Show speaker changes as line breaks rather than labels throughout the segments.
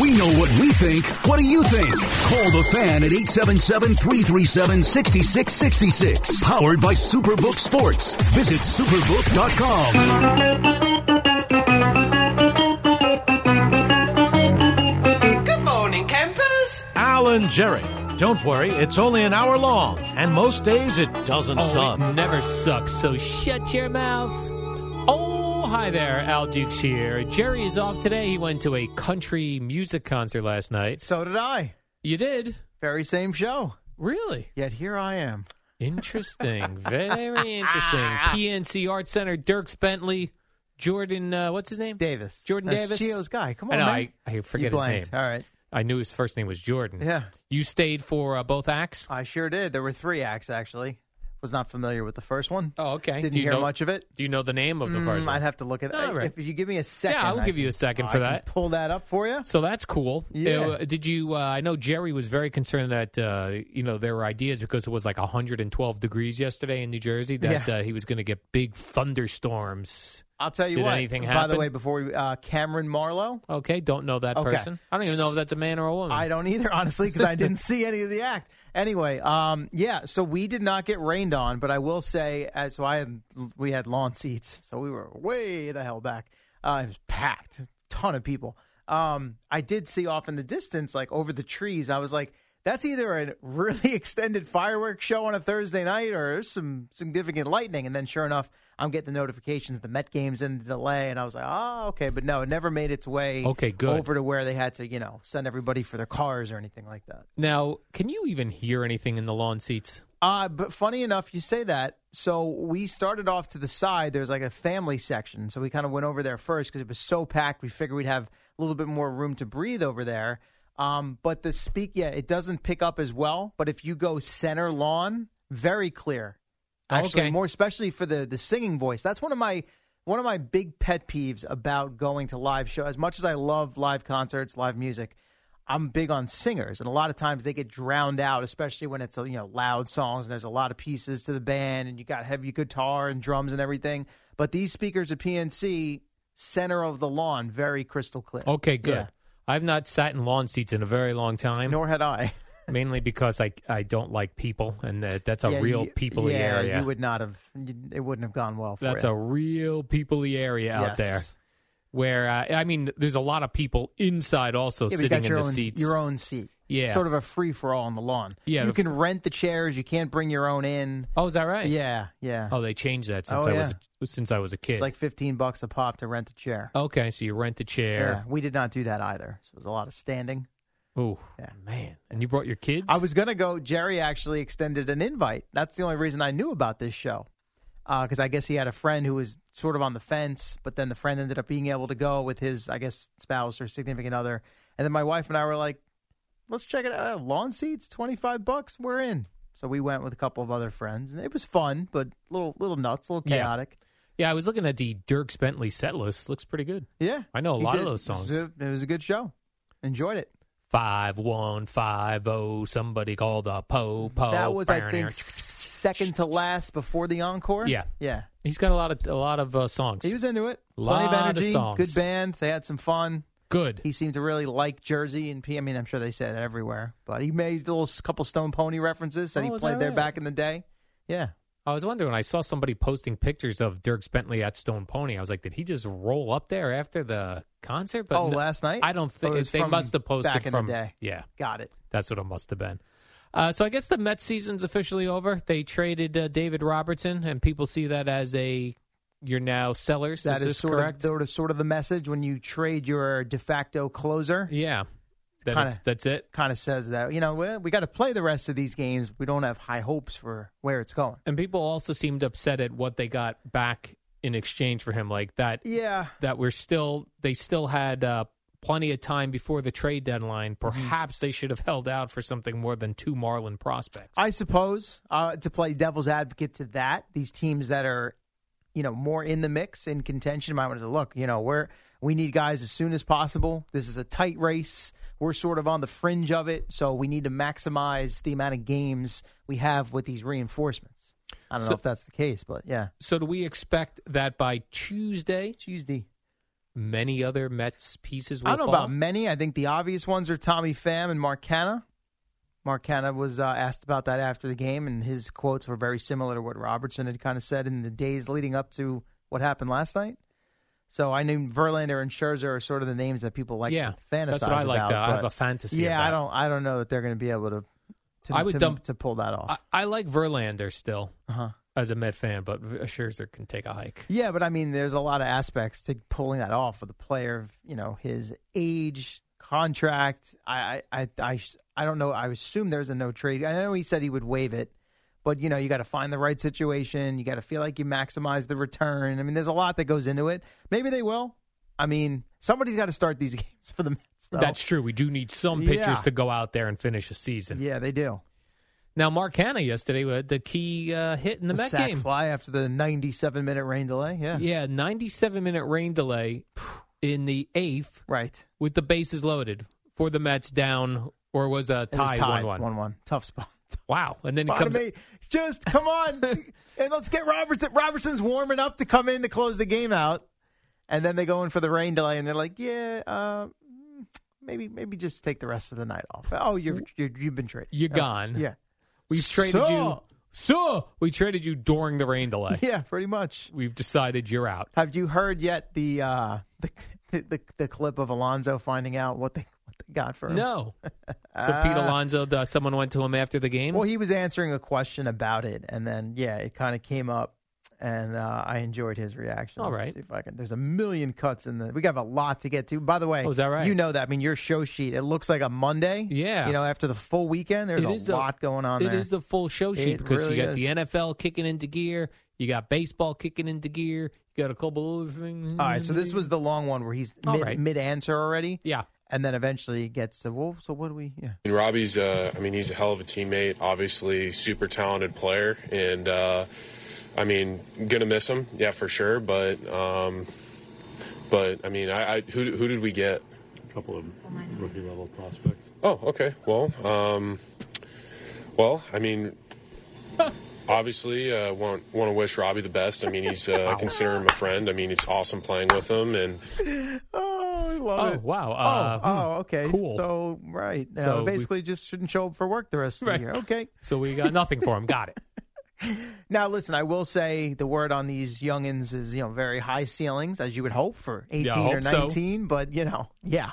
We know what we think. What do you think? Call the fan at 877-337-6666. Powered by Superbook Sports. Visit superbook.com.
Good morning, campers.
Alan Jerry. Don't worry, it's only an hour long, and most days it doesn't
Oh,
suck.
it never sucks, so shut your mouth. Oh, hi there, Al Dukes here. Jerry is off today. He went to a country music concert last night.
So did I.
You did?
Very same show.
Really?
Yet here I am.
Interesting. Very interesting. PNC Art Center, Dirks Bentley, Jordan, uh, what's his name?
Davis.
Jordan
That's
Davis.
Geo's guy. Come on,
I know,
man.
I, I forget
you
his name.
blanked. All right.
I knew his first name was Jordan.
Yeah.
You stayed for uh, both acts?
I sure did. There were three acts, actually. Was not familiar with the first one.
Oh, okay.
Didn't
Do you
hear
know-
much of it.
Do you know the name of the
Mm,
first one?
I'd have to look at it.
All right.
If you give me a second.
I'll
I
give you
can-
a second
I
for
can
that.
pull that up for you.
So that's cool.
Yeah.
Uh, did you? Uh, I know Jerry was very concerned that uh, you know there were ideas because it was like 112 degrees yesterday in New Jersey that
Yeah.
uh, he was going to get big thunderstorms.
I'll tell you
Did
what.
anything
By the
happen?
way, before we, uh, Cameron Marlowe.
Okay, don't know that
Okay.
person. I don't even know if that's a man or a woman.
I don't either, honestly, because I didn't see any of the act. Anyway, um, yeah, so we did not get rained on, but I will say, as so I had, we had lawn seats, so we were way the hell back. Uh, it was packed, ton of people. Um, I did see off in the distance, like over the trees, I was like, that's either a really extended fireworks show on a Thursday night or there's some significant lightning. And then sure enough, I'm getting the notifications, the Met game's in the delay, and I was like, oh, okay. But no, it never made its way
Okay, good.
over over to where they had to, you know, send everybody for their cars or anything like that.
Now, can you even hear anything in the lawn seats?
Uh, but funny enough, you say that. So we started off to the side. There's like a family section. So we kind of went over there first because it was so packed. We figured we'd have a little bit more room to breathe over there. Um, but the speak, yeah, it doesn't pick up as well. But if you go center lawn, very clear. Actually,
Okay.
more especially for the the singing voice. That's one of my one of my big pet peeves about going to live show. As much as I love live concerts, live music, I'm big on singers, and a lot of times they get drowned out, especially when it's uh, you know loud songs and there's a lot of pieces to the band, and you got heavy guitar and drums and everything. But these speakers at PNC, center of the lawn, very crystal clear.
Okay, good.
Yeah.
I've not sat in lawn seats in a very long time,
Nor had I.
mainly because I I don't like people, and that, that's a
Yeah,
real
you-
people
yeah,
area.
You would not have. you- It wouldn't have gone well for
that's
you.
a real people area out
Yes.
there. where uh, I mean, there's a lot of people inside also
Yeah, but you
sitting
got
in
your
the
own,
seats.
Your own seat.
Yeah.
Sort of a free for all on the lawn.
Yeah.
You can rent the chairs. You can't bring your own in.
oh, is that right?
Yeah. Yeah.
Oh, they changed that since
Oh,
I
yeah.
was a, since I was a kid.
It's like fifteen bucks a pop to rent a chair.
okay, so you rent a
Yeah,
chair.
we did not do that either. So it was a lot of standing.
Oh
Yeah.
man, and you brought your kids.
I was gonna go. Jerry actually extended an invite. That's the only reason I knew about this show, because I guess he had a friend who was sort of on the fence, but then the friend ended up being able to go with his, I guess, spouse or significant other. And then my wife and I were like, "Let's check it out. Uh, Lawn seats, twenty five bucks. We're in." So we went with a couple of other friends, and it was fun, but little little nuts, a little
Yeah.
chaotic.
yeah, I was looking at the Dirks Bentley set list. Looks pretty good.
Yeah,
I know a
he
lot of
did.
those songs.
It was a- it was a good show. Enjoyed it.
Five one five oh. Somebody called the po po.
That was, I think,
Brrrr.
second to last before the encore.
Yeah.
yeah.
He's got a lot of a lot of uh, songs.
He was into it.
Lot
Plenty
of
of energy.
songs.
Good band. They had some fun.
Good.
He seemed to really like Jersey and P. I mean, I'm sure they said it everywhere, but he made a little couple Stone Pony references that
Oh,
he
was
played
that
there
right?
back in the day. Yeah,
I was wondering. I saw somebody posting pictures of Dirks Bentley at Stone Pony. I was like, did he just roll up there after the concert? But
Oh,
no-
last night?
I don't
Or it
think
was
they
from
must have posted
back in the
from-
day.
Yeah,
got it.
that's what it must have been. Uh, so I guess the Mets season's officially over. They traded uh, David Robertson, and people see that as a you're now sellers.
That is,
this
sort
correct?
of sort of sort of the message when you trade your de facto closer.
yeah, Then
Kinda.
it's- that's it.
Kind of says that you know well, we got to play the rest of these games. We don't have high hopes for where it's going.
And people also seemed upset at what they got back in exchange for him, like that
Yeah,
that we're still they still had uh, plenty of time before the trade deadline.
Mm-hmm.
Perhaps they should have held out for something more than two Marlin prospects.
I suppose uh, to play devil's advocate to that, these teams that are, you know, more in the mix in contention might want to look. You know, we're we need guys as soon as possible. This is a tight race. We're sort of on the fringe of it, so we need to maximize the amount of games we have with these reinforcements. I don't
So-
know if that's the case, but yeah,
so do we expect that by Tuesday
Tuesday.
many other Mets pieces will
I don't know
fall?
about many. I think the obvious ones are Tommy Pham and Mark Canna. Mark Canna was uh, asked about that after the game, and his quotes were very similar to what Robertson had kind of said in the days leading up to what happened last night. So I knew Verlander and Scherzer are sort of the names that people like
Yeah,
to fantasize
that's what I like
about.
to- I
but-
have a fantasy
Yeah,
about
I
it.
don't. I don't know that they're going to be able to. to
I would
to,
dump-
to pull that off.
I, I like Verlander still
uh-huh.
as a Met fan, but V- uh, Scherzer can take a hike.
Yeah, but I mean, there's a lot of aspects to pulling that off with a player of you know his age, contract. I I I, I, sh- I don't know. I assume there's a no trade. I know he said he would waive it, but you know you got to find the right situation. You got to feel like you maximize the return. I mean, there's a lot that goes into it. Maybe they will. I mean, somebody's got to start these games for the Mets. Though.
That's true. We do need some pitchers
Yeah.
to go out there and finish a season.
yeah, they do.
Now, Mark Hanna yesterday had the key uh, hit in the Met
Sack
game.
fly after the 97 minute rain delay. Yeah,
Yeah, 97 minute rain delay in the eighth.
right.
with the bases loaded for the Mets down, or was a
It was
tie
tied,
one one?
one. Tough spot.
Wow! And then it
bottom
comes.
eight. Just come on, and let's get Robertson. Robertson's warming up to come in to close the game out, and then they go in for the rain delay, and they're like, "Yeah, uh, mm, maybe, maybe just take the rest of the night off." Oh, you're, you're you've been traded.
You're
Yeah.
gone.
Yeah,
We've traded you.
So-
So we traded you during the rain delay.
yeah, pretty much.
We've decided you're out.
Have you heard yet the uh, the, the the clip of Alonzo finding out what they what they got for him?
No. So Pete Alonso, the, someone went to him after the game.
Well, he was answering a question about it, and then yeah, it kind of came up, and uh, I enjoyed his reaction.
All
Let's
right.
see if I can. There's a million cuts in the. We got a lot to get to. By the way,
Oh, is that right?
You know that. I mean, your show sheet. It looks like a Monday.
Yeah.
You know, after the full weekend, there's
It
a
is
lot going on.
It
there.
is a full show sheet
It
because
really
you got the
is.
NFL kicking into gear, you got baseball kicking into gear, you got a couple other things.
All right. So this was the long one where he's
All
mid,
right.
answer already.
yeah.
And then eventually it gets to well. So what do we? Yeah.
And Robbie's, uh, I mean, he's a hell of a teammate, obviously, super talented player. And, uh, I mean, gonna miss him, yeah, for sure. But, um, but I mean, I, I who, who did we get? A couple of rookie level prospects. Oh, okay. Well, um, well, I mean, obviously, uh, want want to wish Robbie the best. I mean, he's uh, consider him a friend. I mean, it's awesome playing with him, and
Oh, I love
Oh
it.
wow.
Oh,
Uh, hmm.
oh, okay.
Cool.
So right. Now,
So we-
basically, just shouldn't show up for work the rest of
Right.
the year. Okay.
so we got nothing for him. Got it.
Now, listen, I will say the word on these youngins is, you know, very high ceilings, as you would hope for 18
Yeah, I
or
hope so.
19, but, you know, yeah.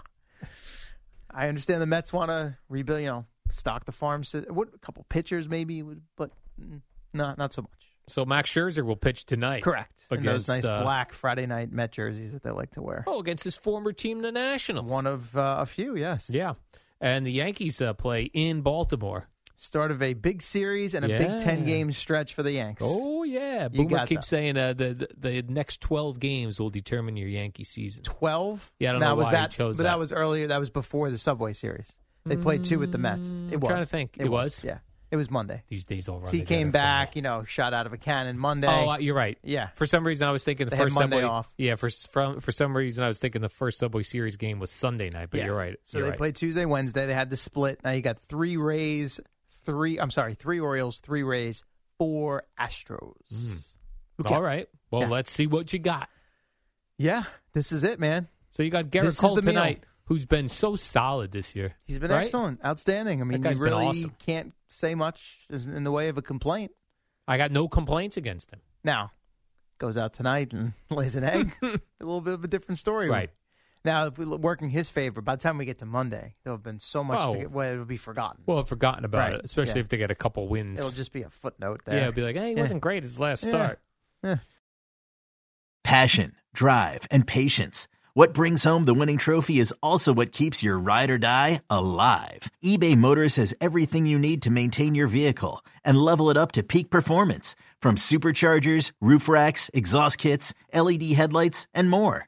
I understand the Mets want to rebuild, you know, stock the farm. sy- What, a couple pitchers maybe, would- but mm, not not so much.
So Max Scherzer will pitch tonight.
Correct. And those
Against,
nice
uh,
black Friday night Met jerseys that they like to wear.
Oh, against his former team, the Nationals.
One of uh, a few, yes.
yeah. And the Yankees uh, play in Baltimore.
Start of a big series and a
Yeah.
big 10 game stretch for the Yanks.
Oh, yeah.
You
Boomer
got
keeps
that.
saying uh, the, the the next 12 games will determine your Yankee season.
12.
Yeah, I don't
now,
know
was
why he
that,
chose
but
that.
that was earlier. That was before the Subway Series. They played two with the Mets. It
Mm, I'm
was.
trying to think. It was?
Yeah, it was Monday.
These days all run
He
together
came
for
back,
me.
you know, shot out of a cannon Monday.
Oh, uh, you're right.
Yeah.
For some reason, I was thinking the
They had
first
Monday
Subway.
off.
Yeah. For s- from for some reason, I was thinking the first Subway Series game was Sunday night. But
Yeah.
you're right.
So
You're
they
right.
played Tuesday, Wednesday. They had the split. Now you got three Rays, three. I'm sorry, three Orioles, three Rays, four Astros. Okay.
Mm. All right. Well,
Yeah.
let's see what you got.
Yeah, this is it, man.
So you got Garrett
This is
Cole
the meal.
tonight. who's been so solid this year.
He's been
right?
excellent, outstanding. I mean,
guy's
you
been
really
awesome.
can't say much in the way of a complaint.
I got no complaints against him.
Now, goes out tonight and lays an egg. a little bit of a different story,
Right.
Now, if we look- working his favor, by the time we get to Monday, there'll have been so much.
Oh.
To get, well, it'll be forgotten.
Well, I've forgotten about
Right,
it, especially
yeah.
if they get a couple wins.
It'll just be a footnote there.
yeah, it'll be like, hey, he
Yeah.
wasn't great his last
Yeah.
start.
Passion, drive, and patience. What brings home the winning trophy is also what keeps your ride or die alive. eBay Motors has everything you need to maintain your vehicle and level it up to peak performance from superchargers, roof racks, exhaust kits, LED headlights, and more.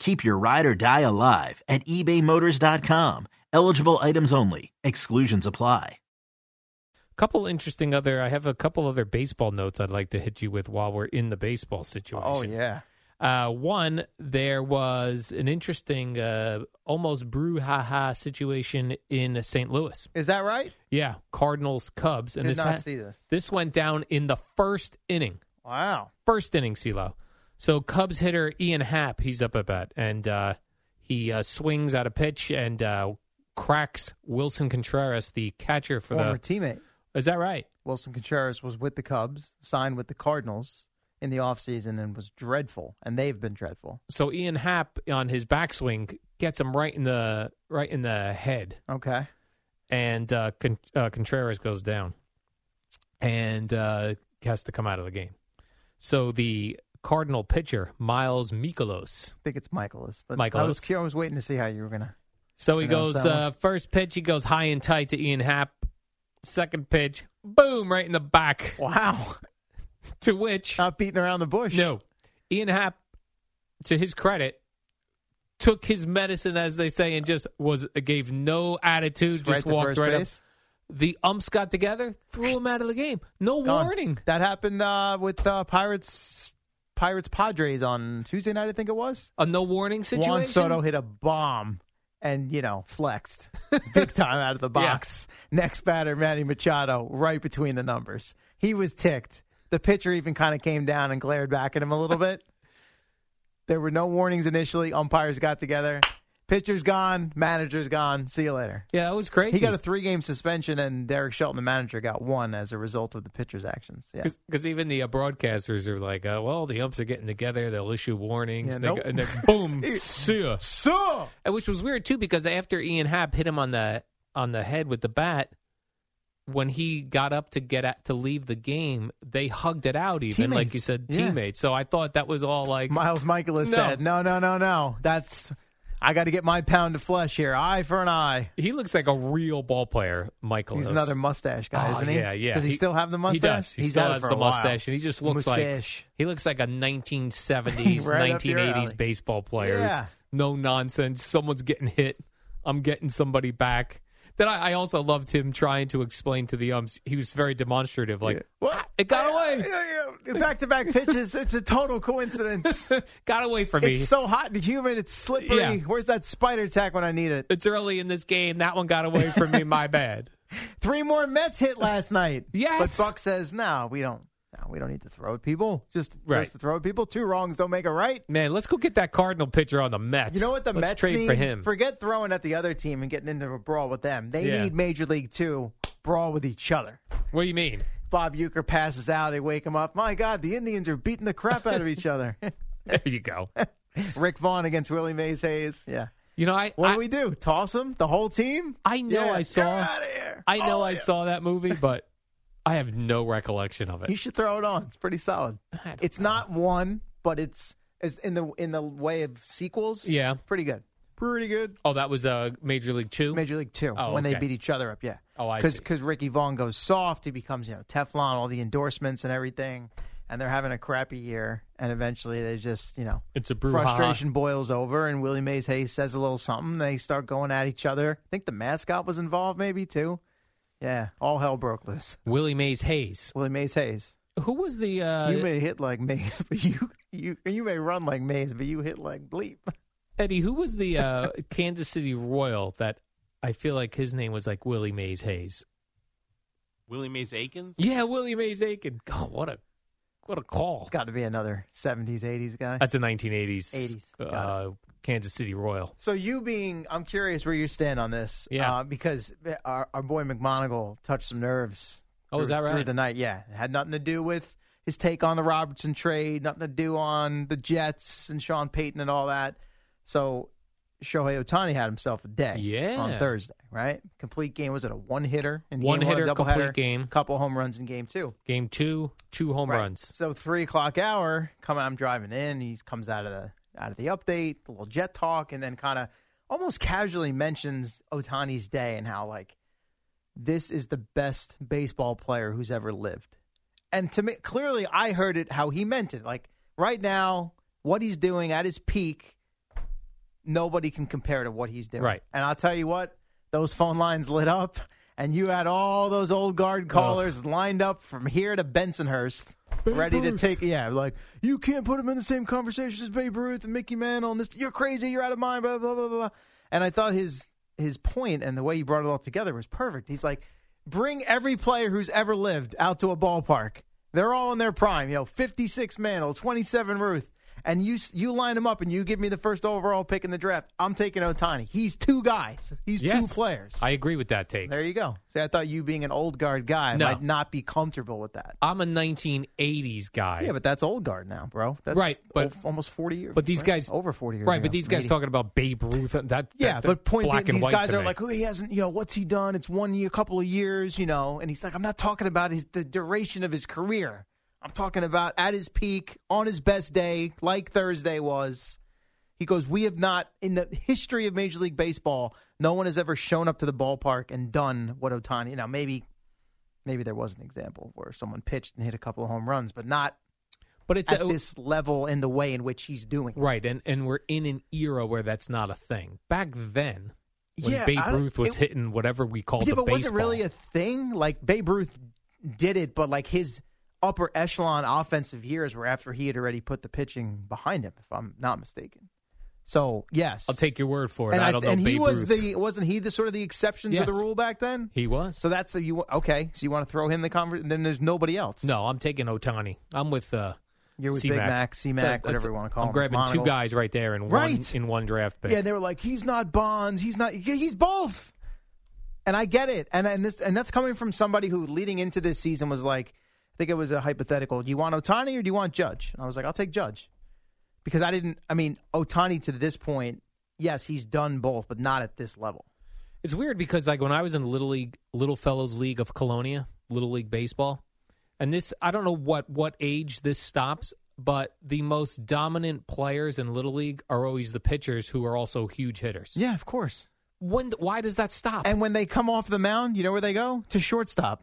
Keep your ride or die alive at ebaymotors.com. Eligible items only. Exclusions apply.
couple interesting other i have a couple other baseball notes i'd like to hit you with while we're in the baseball situation
Oh yeah.
uh, one there was an interesting uh, almost brouhaha situation in st louis
Is that right?
yeah cardinals cubs and
Did
this
not
ha-
see this.
this went down in the first inning
Wow.
first inning CeeLo. so cubs hitter ian happ he's up at bat and uh, he uh, swings at a pitch and uh, cracks wilson contreras the catcher for
Former
the
teammate
is that right
Wilson Contreras was with the Cubs, signed with the Cardinals in the offseason and was dreadful, and they've been dreadful.
so Ian Happ on his backswing gets him right in the right in the head,
Okay.
and uh, Con- uh, Contreras goes down, and uh, has to come out of the game. So the Cardinal pitcher Miles Mikolos.
I think it's Michaelis. But I
Michaelis.
was, cu- I was waiting to see how you were going to.
So he
Pronounce
goes
that one.
uh, first pitch, he goes high and tight to Ian Happ. Second pitch, boom, right in the back.
Wow.
To which
Not beating around the bush.
no, Ian Happ, to his credit. Took his medicine, as they say, and just was gave no attitude. Just,
to
walked
first
right up.
base.
the umps got together, threw him out of the game. No
Gone.
warning.
That happened uh, with uh, Pirates Pirates Padres on Tuesday night, I think it was.
A no warning situation.
Juan Soto hit a bomb and, you know, flexed big time out of the box. Next batter, Manny Machado, right between the numbers. He was ticked. The pitcher even kind of came down and glared back at him a little bit. There were no warnings initially. Umpires got together. Pitcher's gone. Manager's gone. See you later.
Yeah, that was crazy.
He got a three game suspension, and Derek Shelton, the manager, got one as a result of the pitcher's actions. Yeah.
because even the uh, broadcasters are like, uh, "Well, the umps are getting together. They'll issue warnings."
Yeah,
and they
nope.
go- and then boom, see ya.
So,
And Uh, Which was weird too, because after Ian Happ hit him on the on the head with the bat, when he got up to get at, to leave the game, they hugged it out. Even like
Teammates.
you said,
Yeah.
teammates. So I thought that was all like
Miles Michaelis
No.
said, "No, no, no, no. That's I got to get my pound of flesh here. Eye for an eye."
he looks like a real ball player. Michael,
He's another mustache guy,
Oh,
isn't he?
Yeah, yeah.
Does he, still have the
He
mustache?
does. He
He's
still
had it
has
for
the
a while.
mustache, and he just looks
Mustache.
like he looks like a 1970s,
Right up your
1980s
alley.
baseball player.
Yeah.
No nonsense. Someone's getting hit. I'm getting somebody back. Then I, I also loved him trying to explain to the umps. He was very demonstrative. Like
What?
it got away.
Ah, Back to back pitches. It's a total coincidence.
got away from me.
it's so hot and humid. It's slippery.
Yeah.
Where's that spider attack when I need it?
it's early in this game. That one got away from me. My bad.
Three more Mets hit last night.
Yes.
But Buck says, no, we don't. No, we don't need to throw at people. Just,
Right.
just to throw at people. Two wrongs don't make a right.
Man, let's go get that Cardinal pitcher on the Mets.
You know what the
Let's
Mets
trade
need?
for him.
Forget throwing at the other team and getting into a brawl with them. They
Yeah.
need Major League Two brawl with each other.
what do you mean?
Bob Euchre passes out. They wake him up. My God, the Indians are beating the crap out of each other.
There you go.
Rick Vaughn against Willie Mays Hayes. Yeah.
You know, I
What
I-
do we do? Toss him? The whole team?
I know
Yeah,
I
get
saw-
out of here.
I know
Oh,
I
yeah.
saw that movie, but I have no recollection of
You
it.
should throw it on. It's pretty solid.
I don't
It's not one, but it's, it's in the in the way of sequels.
Yeah.
Pretty good. Pretty good.
Oh, that was uh, Major League Two.
Major League Two
Oh,
when they
okay.
beat each other up. Yeah.
Oh, I see.
Because Ricky Vaughn goes soft, he becomes you know Teflon, all the endorsements and everything, and they're having a crappy year, and eventually they just you know
It's a brouhaha.
frustration boils over, and Willie Mays Hayes says a little something, they start going at each other. I think the mascot was involved maybe too. Yeah, all hell broke loose.
Willie Mays Hayes.
Willie Mays Hayes.
Who was the? Uh,
you may hit like Mays, but you you you may run like Mays, but you hit like Bleep.
Eddie, who was the uh, Kansas City Royal that I feel like his name was like Willie Mays Hayes?
Willie Mays Aikens?
Yeah, Willie Mays Aiken. God, what a what a call.
It's got to be another seventies, eighties guy.
That's a 1980s
80s. Got
uh, Kansas City Royal.
So you being, I'm curious where you stand on this.
Yeah.
uh, because our, our boy McMonagle touched some nerves.
Oh, is
through-
that right?
Through the night, yeah, it had nothing to do with his take on the Robertson trade, nothing to do on the Jets and Sean Payton and all that. So Shohei Otani had himself a day.
Yeah.
on Thursday, right? Complete game. Was it a one hitter? in game
One hitter,
double
complete
header?
game.
Couple home runs in game two.
Game two, two home runs.
So three o'clock hour, coming, I'm driving in. He comes out of the out of the update, a little jet talk, and then kind of almost casually mentions Otani's day and how like this is the best baseball player who's ever lived. And to me, clearly, I heard it how he meant it. Like right now, what he's doing at his peak, nobody can compare to what he's doing.
Right.
And I'll tell you what, those phone lines lit up, and you had all those old guard callers lined up from here to Bensonhurst, ready to
Ruth.
take. Yeah, like you can't put him in the same conversation as Babe Ruth and Mickey Mantle. And this, you're crazy. You're out of mind. Blah blah blah blah. blah. And I thought his his point and the way he brought it all together was perfect. He's like, bring every player who's ever lived out to a ballpark. They're all in their prime. You know, 56 Mantle, 27 Ruth. And you you line them up and you give me the first overall pick in the draft. I'm taking Otani. He's two guys. He's two
Yes.
players.
I agree with that take.
There you go. See, I thought you being an old guard guy
No.
might not be comfortable with that.
I'm a 1980s guy.
Yeah, but that's old guard now, bro. That's
Right, but-
al- almost 40 years.
But these
right?
guys
over 40 years.
Right,
ago,
but these guys
80.
talking about Babe Ruth. That, that
Yeah,
that-
but point
black and
being, these
white
guys
to
are
me.
like, oh, he hasn't, you know, what's he done? It's one year, couple of years, you know, and he's like, I'm not talking about his the duration of his career. I'm talking about at his peak, on his best day, like Thursday was. He goes, we have not in the history of Major League Baseball, no one has ever shown up to the ballpark and done what Otani. Now, maybe, maybe there was an example where someone pitched and hit a couple of home runs, but not.
But it's
at
a-
this level in the way in which he's doing. it.
Right, and, and we're in an era where that's not a thing. Back then, when
Yeah,
Babe
I don't-
Ruth was
it-
hitting whatever we called
yeah,
the
but was it really a thing? Like Babe Ruth did it, but like his upper echelon offensive years were after he had already put the pitching behind him, if I'm not mistaken. So yes,
I'll take your word for it.
and
I
I-
don't know.
and he
Babe
was
Ruth.
the wasn't he the sort of the exception
Yes.
to the rule back then?
He was.
So that's a, you okay? So you want to throw him the conversation? Then there's nobody else.
No, I'm taking Otani. I'm with uh,
You're with
C-Mac.
Big Mac, C-Mac,
That's-
whatever
that's-
you wanna call
I'm
him,
grabbing two
Monagle.
guys right there in
Right.
one in one draft pick.
Yeah, and they were like, he's not Bonds, he's not, yeah, he's both. And I get it, and and this and that's coming from somebody who leading into this season was like, I think it was a hypothetical. Do you want Otani or do you want Judge? And I was like, I'll take Judge, because I didn't. I mean, Otani to this point, yes, he's done both, but not at this level.
It's weird because like when I was in Little League, Little Fellows League of Colonia, Little League baseball, and this I don't know what what age this stops, but the most dominant players in Little League are always the pitchers who are also huge hitters.
Yeah, of course.
When why does that stop?
And when they come off the mound, you know where they go to shortstop,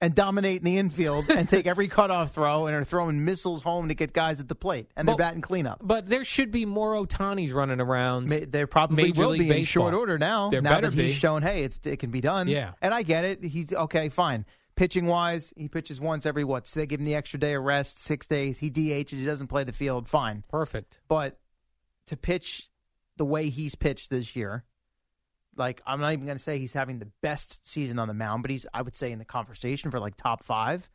and dominate in the infield and take every cutoff throw and are throwing missiles home to get guys at the plate, and they're
But-
batting cleanup.
But there should be more Otanis running around.
May, they probably
Major
will
League
be in
Baseball.
short order now.
There
now
better
that
be.
he's shown, hey, it's it can be done.
Yeah.
and I get it. He's okay, fine. Pitching wise, he pitches once every what? So they give him the extra day of rest, six days. He DHs. He doesn't play the field. Fine,
perfect.
But to pitch the way he's pitched this year, like I'm not even going to say he's having the best season on the mound, but he's I would say in the conversation for like top five.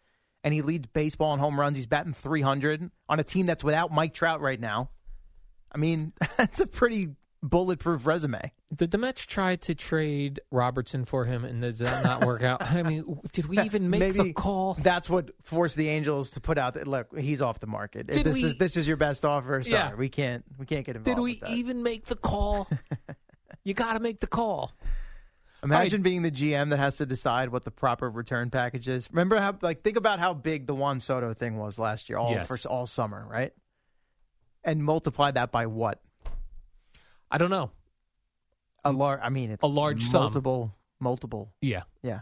And he leads baseball in home runs. He's batting 300 on a team that's without Mike Trout right now. I mean, that's a pretty bulletproof resume.
Did the Mets try to trade Robertson for him and did that not work out? I mean, w- did we even make
Maybe
the call?
That's what forced the Angels to put out that look. He's off the market.
Did
this
we-
is this is your best offer. Sorry,
Yeah.
we can't we can't get involved.
Did
with
we
that.
even make the call? you got to make the call.
Imagine being the GM that has to decide what the proper return package is. Remember how like think about how big the Juan Soto thing was last year, all
Yes.
for all summer, right? And multiply that by what?
I don't know.
A large. I mean, it's
A large sum.
multiple, multiple.
Yeah.
Yeah,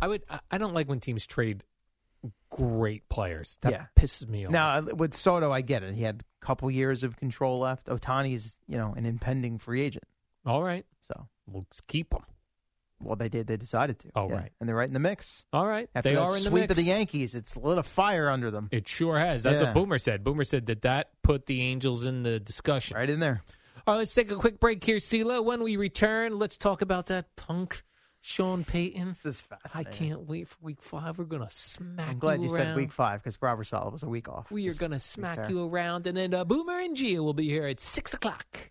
I would. I- I don't like when teams trade great players. That
Yeah.
pisses me off.
Now uh, with Soto, I get it. He had a couple years of control left. Otani's, you know, an impending free agent.
All right,
So
we'll s- keep them.
Well, they did. They decided to.
Oh,
Yeah.
right.
And they're right in the mix.
All right.
After
they
that
are in the
sweep
mix.
of the Yankees, it's lit a fire under them.
It sure has. That's
Yeah.
what Boomer said. Boomer said that that put the Angels in the discussion.
Right in there.
All right, let's take a quick break here, CeeLo. When we return, let's talk about that punk, Sean Payton. This
is
I can't wait for week five. We're going to smack
I'm glad you,
around.
said week five because Robert Sala was a week off.
We are going to smack you around, and then uh, Boomer and Gia will be here at 6 o'clock.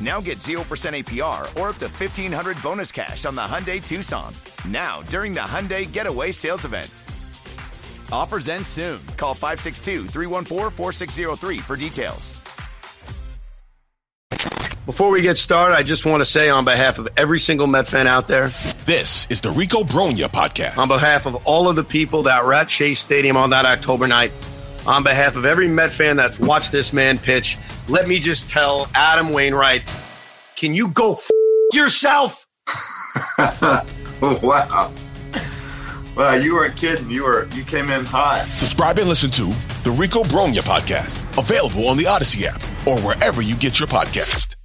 Now get 0% APR or up to 1500 bonus cash on the Hyundai Tucson. Now, during the Hyundai Getaway Sales Event. Offers end soon. Call 562 314 4603 for details.
Before we get started, I just want to say on behalf of every single Met fan out there, this is the Rico Bronya podcast. On behalf of all of the people that were at Chase Stadium on that October night, on behalf of every Met fan that's watched this man pitch, let me just tell Adam Wainwright, can you go f- yourself?
wow. Wow, you weren't kidding. You were you came in hot.
Subscribe and listen to the Rico Bronya podcast, available on the Odyssey app or wherever you get your podcast.